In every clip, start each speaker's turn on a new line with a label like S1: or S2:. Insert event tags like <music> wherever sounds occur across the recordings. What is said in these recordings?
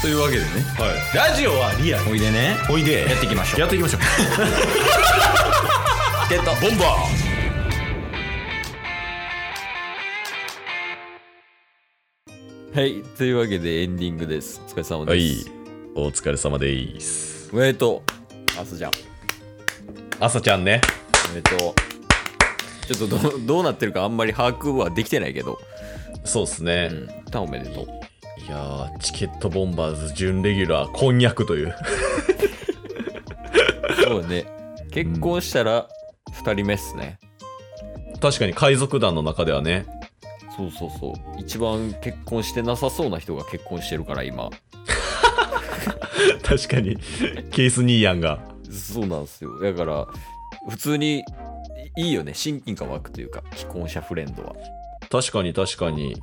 S1: というわけでね
S2: はい、ラジオはリアル
S1: おいでね
S2: おいで
S1: やっていきましょう
S2: やっていきましょう
S1: ゲットボンバーはいというわけでエンディングですお疲れ様
S2: は
S1: で
S2: い
S1: す、
S2: お疲れ様です
S1: おめでとうあすじゃん
S2: 朝ちゃんね
S1: おめでとうちょっとどうどうなってるかあんまり把握はできてないけど
S2: そうっすね、
S1: うんたおめでとう
S2: いやーチケットボンバーズ準レギュラー婚約と <laughs> いう
S1: そうね結婚したら2人目っすね、
S2: 確かに海賊団の中ではね
S1: そうそうそう一番結婚してなさそうな人が結婚してるから今
S2: 確かにケース兄やんが
S1: そうなんですよだから普通にいいいよね親近感湧くというか既婚者フレンドは
S2: 確かに確かにい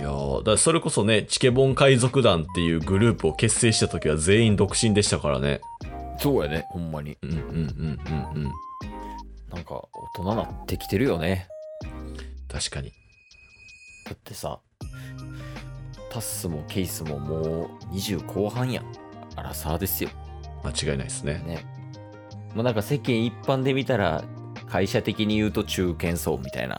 S2: やーだからそれこそねチケボン海賊団っていうグループを結成した時は全員独身でしたからね
S1: そうやねほんまに
S2: うんうんうんうんうん
S1: なんか大人なってきてるよね
S2: 確かに
S1: だってさタッスもケイスももう20後半やんアラサーですよ
S2: 間違いないですね
S1: ねもうなんか世間一般で見たら会社的に言うと中堅層みたいな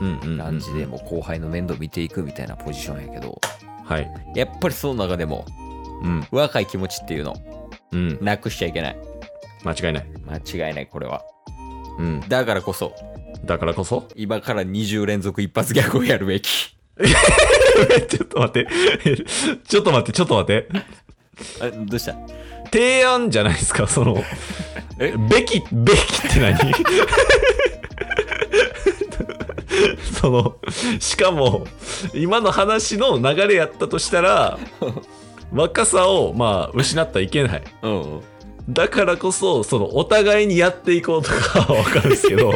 S2: うんうんうん
S1: 感じでもう後輩の面倒見ていくみたいなポジションやけど
S2: はい
S1: やっぱりその中でも
S2: うん
S1: 若い気持ちっていうの
S2: うん
S1: なくしちゃいけない
S2: 間違いない
S1: 間違いないこれは
S2: うん
S1: だからこそ
S2: だからこそ <laughs>
S1: 今から20連続一発ギャグをやるべき <laughs>
S2: ちょっと待って <laughs> ちょっと待ってちょっと待って
S1: あどうした
S2: 提案じゃないですかその
S1: え
S2: べきべきって何 <laughs> そのしかも今の話の流れやったとしたら若さをまあ失ったらいけない
S1: うん
S2: だからこそそのお互いにやっていこうとかは分かるんですけ
S1: <laughs>
S2: ど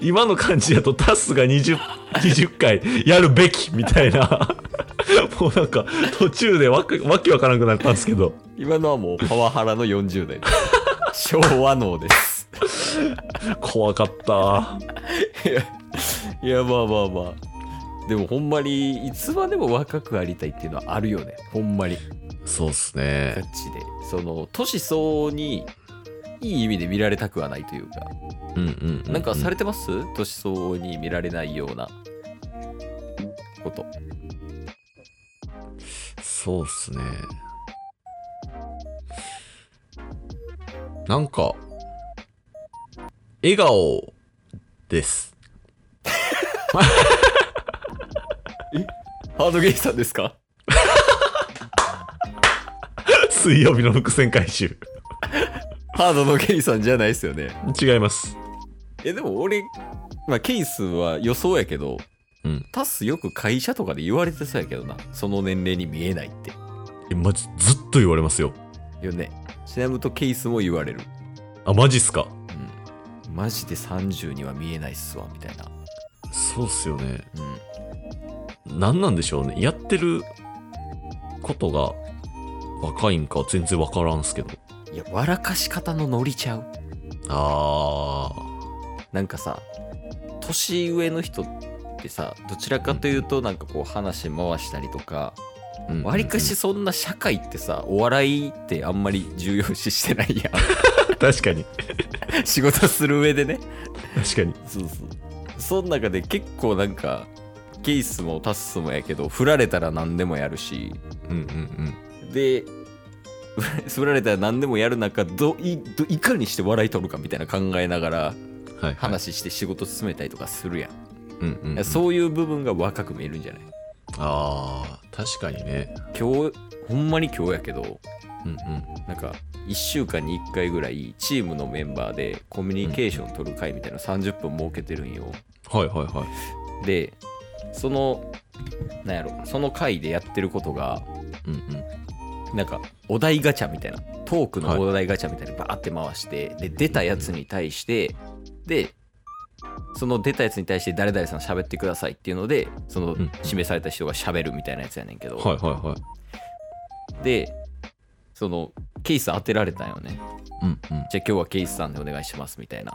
S2: 今の感じだとタスが 20, 20回やるべきみたいなもうなんか途中でわけわけわからなくなったんですけど
S1: 今のはもうパワハラの40代です <laughs> 昭和脳です
S2: 怖かった
S1: いやいやまあまあまあでもほんまにいつまでも若くありたいっていうのはあるよねほんまに
S2: そうっす
S1: ガ
S2: ね
S1: チでその年相応にいい意味で見られたくはないというか
S2: うんうん
S1: なんかさ
S2: れ
S1: れてます、年相応に見られないようなこと
S2: そうっすねなんか笑顔
S1: <laughs>
S2: です
S1: ハードゲイさんですか
S2: 水曜日の伏線回収
S1: ハードのケイさんじゃないですよね
S2: 違います
S1: えでも俺、まあ、ケイスは予想やけど、
S2: うん
S1: タスよく会社とかで言われてそうやけどなその年齢に見えないって
S2: えマジずっと言われますよ
S1: よねちなみにとケイスも言われる、
S2: あマジっすか
S1: うん、マジで30には見えないっすわみたいな、
S2: そうっすよね
S1: うん、
S2: 何なんでしょうねやってることが若いんか全然分からんすけど
S1: いや笑かし方のノリちゃう
S2: あー
S1: なんかさ年上の人ってさどちらかというとなんかこう話回したりとか
S2: うんうんうん
S1: わりかしそんな社会ってさお笑いってあんまり重要視してないや
S2: 確かに
S1: ん <laughs> 仕事する上でね
S2: 確かに
S1: そうそうその中で結構なんかケースもタッスもやけど振られたら何でもやるし
S2: うんうん
S1: で <laughs> 振られたら何でもやる中どいどいかにして笑い取るかみたいな考えながら
S2: うんはい、はい、
S1: 話して仕事進めたりとかするやん、
S2: うんうん、うん、
S1: そういう部分が若く見えるんじゃない
S2: あー確かにね
S1: 今日ほんまに今日やけど
S2: うん
S1: なんか1週間に1回ぐらいチームのメンバーでコミュニケーション取る会みたいなの30分設けてるんよ、
S2: うんはいはいはい
S1: でそのなんやろその回でやってることが
S2: うんうん
S1: なんかお題ガチャみたいなトークのお題ガチャみたいにバーって回して、で出たやつに対してでその出たやつに対して誰々さん喋ってくださいっていうのでその
S2: ん
S1: 示された人が喋るみたいなやつやねんけど、
S2: はいはいはい
S1: でそのケース当てられたんよね
S2: うん
S1: じゃあ今日はケースさんでお願いしますみたいな、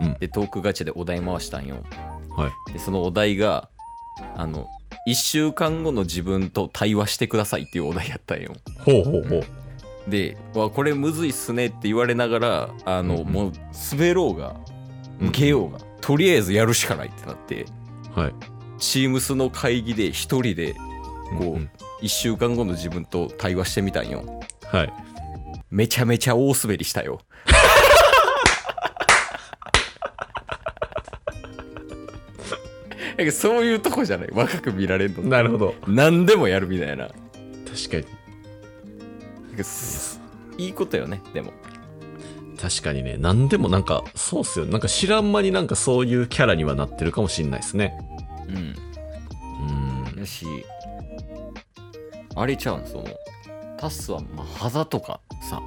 S2: うん
S1: でトークガチャでお題回したんよ
S2: うんはい
S1: でそのお題があの1週間後の自分と対話してくださいっていうお題やったんよ。
S2: ほうほうほう。
S1: で、わ、これむずいっすねって言われながら、あの、
S2: うん
S1: もう滑ろうが、
S2: うん
S1: 受けようが、とりあえずやるしかないってなって、
S2: はい。
S1: チームスの会議で一人で、こ
S2: う、
S1: うん1週間後の自分と対話してみたんよ。
S2: はい。
S1: めちゃめちゃ大滑りしたよ。なんかそういうとこじゃない若く見られるの
S2: なるほど。
S1: 何でもやるみたいな
S2: 確か
S1: なんかすいいことよねでも
S2: に。確かにね。何でもなんか、そうっすよ。なんか知らん間になんかそういうキャラにはなってるかもしんないですね。
S1: うん
S2: うん。
S1: やしあれちゃうんそのタスはまあ肌とかさ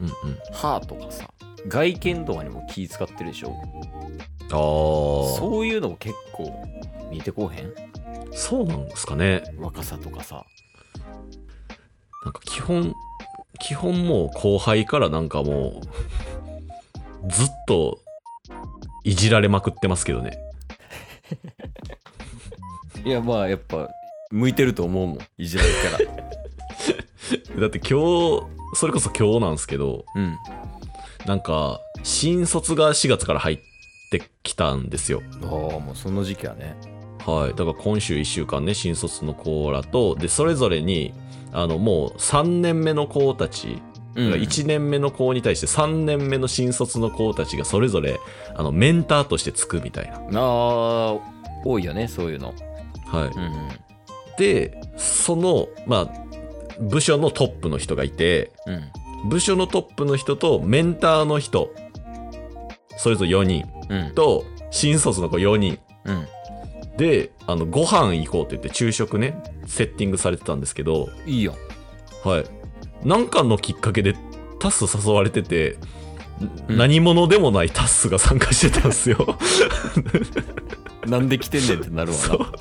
S2: うんうん。
S1: 歯とかさ外見とかにも気使ってるでしょ
S2: ああ。そう
S1: そういうのも結構見えてこうへん
S2: そうなんですかね。
S1: 若さとかさ
S2: なんか基本、基本もう後輩からなんかもう、ずっといじられまくってますけどね。
S1: いやまあやっぱ向いてると思うもんいじられたら
S2: だって今日、それこそ今日なんですけど、
S1: <laughs> うん
S2: なんか、新卒が4月から入ってきたんですよ。
S1: ああもうその時期はね
S2: はい。だから今週1週間ね、新卒の子らと、で、それぞれに、あの、もう3年目の子たち、
S1: う
S2: 1年目の子に対して3年目の新卒の子たちがそれぞれ、あの、メンターとしてつくみたいな。
S1: ああ多いよねそういうの
S2: はい。
S1: うんうん
S2: でそのまあ部署のトップの人がいて
S1: うん
S2: 部署のトップの人とメンターの人それぞれ4人
S1: うん
S2: と新卒の子4人
S1: うん
S2: であのご飯行こうって言って昼食ねセッティングされてたんですけど
S1: いいよ
S2: はいなんかのきっかけでタス誘われてて、
S1: うん
S2: 何者でもないタスが参加してたんですよ
S1: なんで来てんねんってなるわ
S2: そう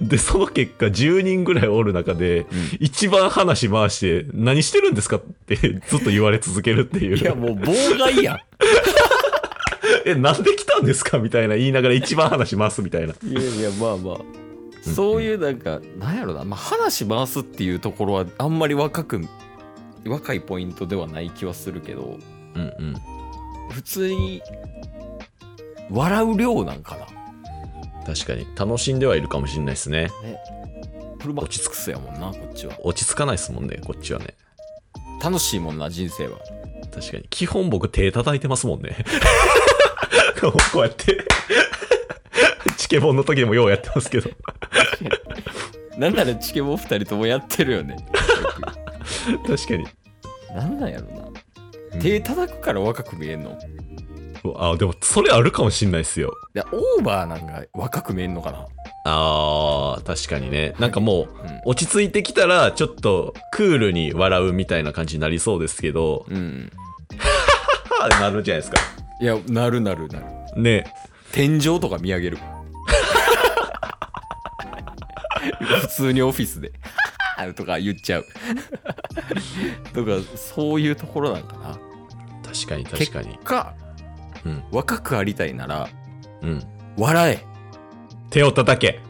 S2: でその結果10人ぐらいおる中で一番話回して、何してるんですかってずっと言われ続けるっていう。
S1: いやもう妨害や
S2: え、なんで来たんですかみたいな言いながら一番話回すみたいな。
S1: んいやいやまあまあそういうなんかなんやろな、まあ、話回すっていうところはあんまり若く若いポイントではない気はするけど
S2: うんうん。
S1: 普通に笑う量なんかな
S2: 確かに。楽しんではいるかもしれないですね。
S1: これ落ち着くすやもんなこっちは
S2: 落ち着かないですもんね、こっちはね。
S1: 楽しいもんな人生は
S2: 確かに。基本僕手叩いてますもんね。 <laughs> こうやって。チケボンの時もようやってますけど。
S1: なんならチケボ2人ともやってるよね
S2: 確かに。
S1: なんなんやろな
S2: うん
S1: 手叩くから若く見えんのい
S2: あ、でもそれあるかもしれないですよ。
S1: やオーバーなんか若く見えんのかな
S2: あー、確かにね。なんかもう、
S1: うん
S2: 落ち着いてきたらちょっとクールに笑うみたいな感じになりそうですけど、
S1: うん
S2: はぁなるじゃないですか。
S1: いやなるなるなる
S2: ね
S1: 天井とか見上げる <laughs> 普通にオフィスでとか言っちゃう <laughs> とかそういうところなんかな
S2: 確かに確かに。
S1: か、
S2: うん
S1: 若くありたいなら
S2: うん。
S1: 笑
S2: 手を叩け。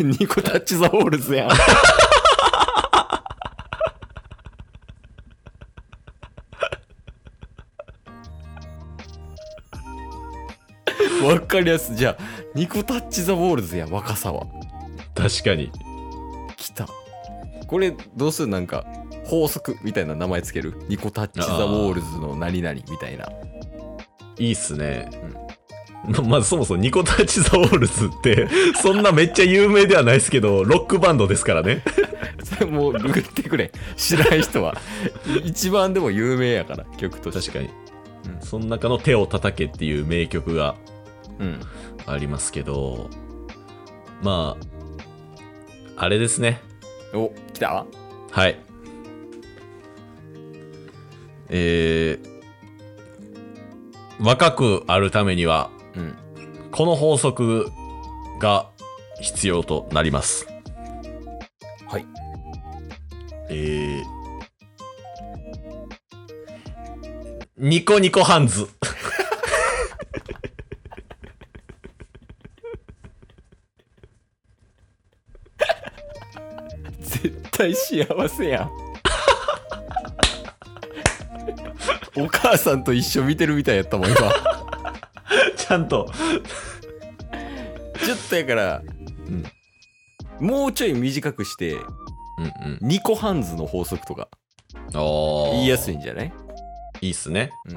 S1: え <laughs> ニコタッチザホールズやん <laughs> わかりやすいじゃあニコタッチ・ザ・ウォールズや若さは
S2: 確かに。
S1: 来たこれどうするなんか法則みたいな名前つけるニコタッチ・ザ・ウォールズの何々みたいない
S2: いっすね。ままずそもそもニコタッチ・ザ・オールズって、そんなめっちゃ有名ではないですけど、ロックバンドですからね。
S1: それもうググってくれ知らん人は一番でも有名やから曲として
S2: 確かに。
S1: うん
S2: その中の手を叩けっていう名曲が
S1: うん
S2: ありますけど、まあ、あれですね。
S1: お来た
S2: はい。えー、若くあるためには、
S1: うん
S2: この法則が必要となります。
S1: はい。
S2: えー、ニコニコハンズ。 <laughs>
S1: 絶対幸せやんお母さんと一緒見てるみたいやったもん今
S2: ちゃんと。
S1: ちょっとやから、もうちょい短くして
S2: うんうん。
S1: ニコハンズの法則とか
S2: ああ。
S1: 言いやすいんじゃない
S2: いいっすね。
S1: うん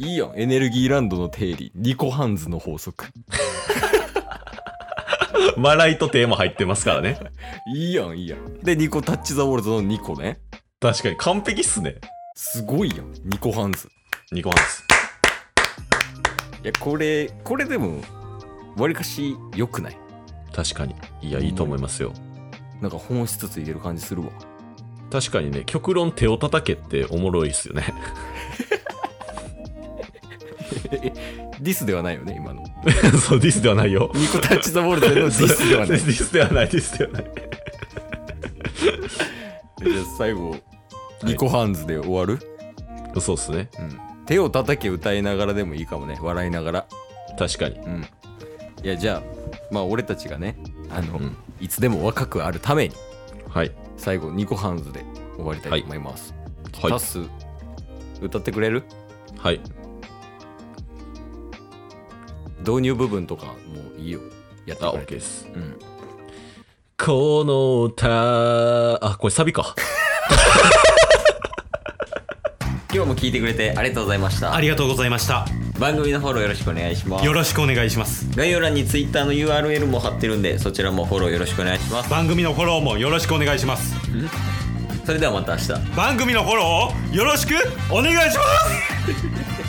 S1: いいよエネルギーランドの定理ニコハンズの法則
S2: 笑いとテーマ入ってますからね。
S1: いいやんいいやんでニコタッチ・ザ・ウォールドのニコね
S2: 確かに完璧っすね。
S1: すごいやんニコハンズ
S2: ニコハンス。
S1: いやこれこれでもわりかし良くない
S2: 確かに。いや、いいと思いますよ。
S1: なんか本質ついてる感じするわ
S2: 確かにね、極論手を叩けっておもろいっすよね。 <laughs>
S1: ディスではないよね今の
S2: そう、ディスではないよ。
S1: ニコタッチ・ザ・ボールドのディスではない
S2: <laughs> ディスではない、ディスではない。
S1: じゃあ最後ニコハンズで終わる、
S2: そうっすね。
S1: うん、手を叩け歌いながらでもいいかもね笑いながら
S2: 確かに。
S1: うんいやじゃあまあ俺たちがねあの、
S2: うん
S1: いつでも若くあるために
S2: はい。
S1: 最後ニコハンズで終わりたいと思います、
S2: はい
S1: タ。ス歌ってくれる
S2: はい。
S1: 導入部分とかもういいよやって
S2: あ、
S1: くれ
S2: OK です。
S1: うん
S2: この歌、あ、これサビか。
S1: 今日も聞いてくれてありがとうございました
S3: ありがとうございました
S1: 番組のフォローよろしくお願いします
S3: よろしくお願いします
S1: 概要欄に Twitter の URL も貼ってるんでそちらもフォローよろしくお願いします
S3: 番組のフォローもよろしくお願いします
S1: それではまた明日
S3: 番組のフォローをよろしくお願いします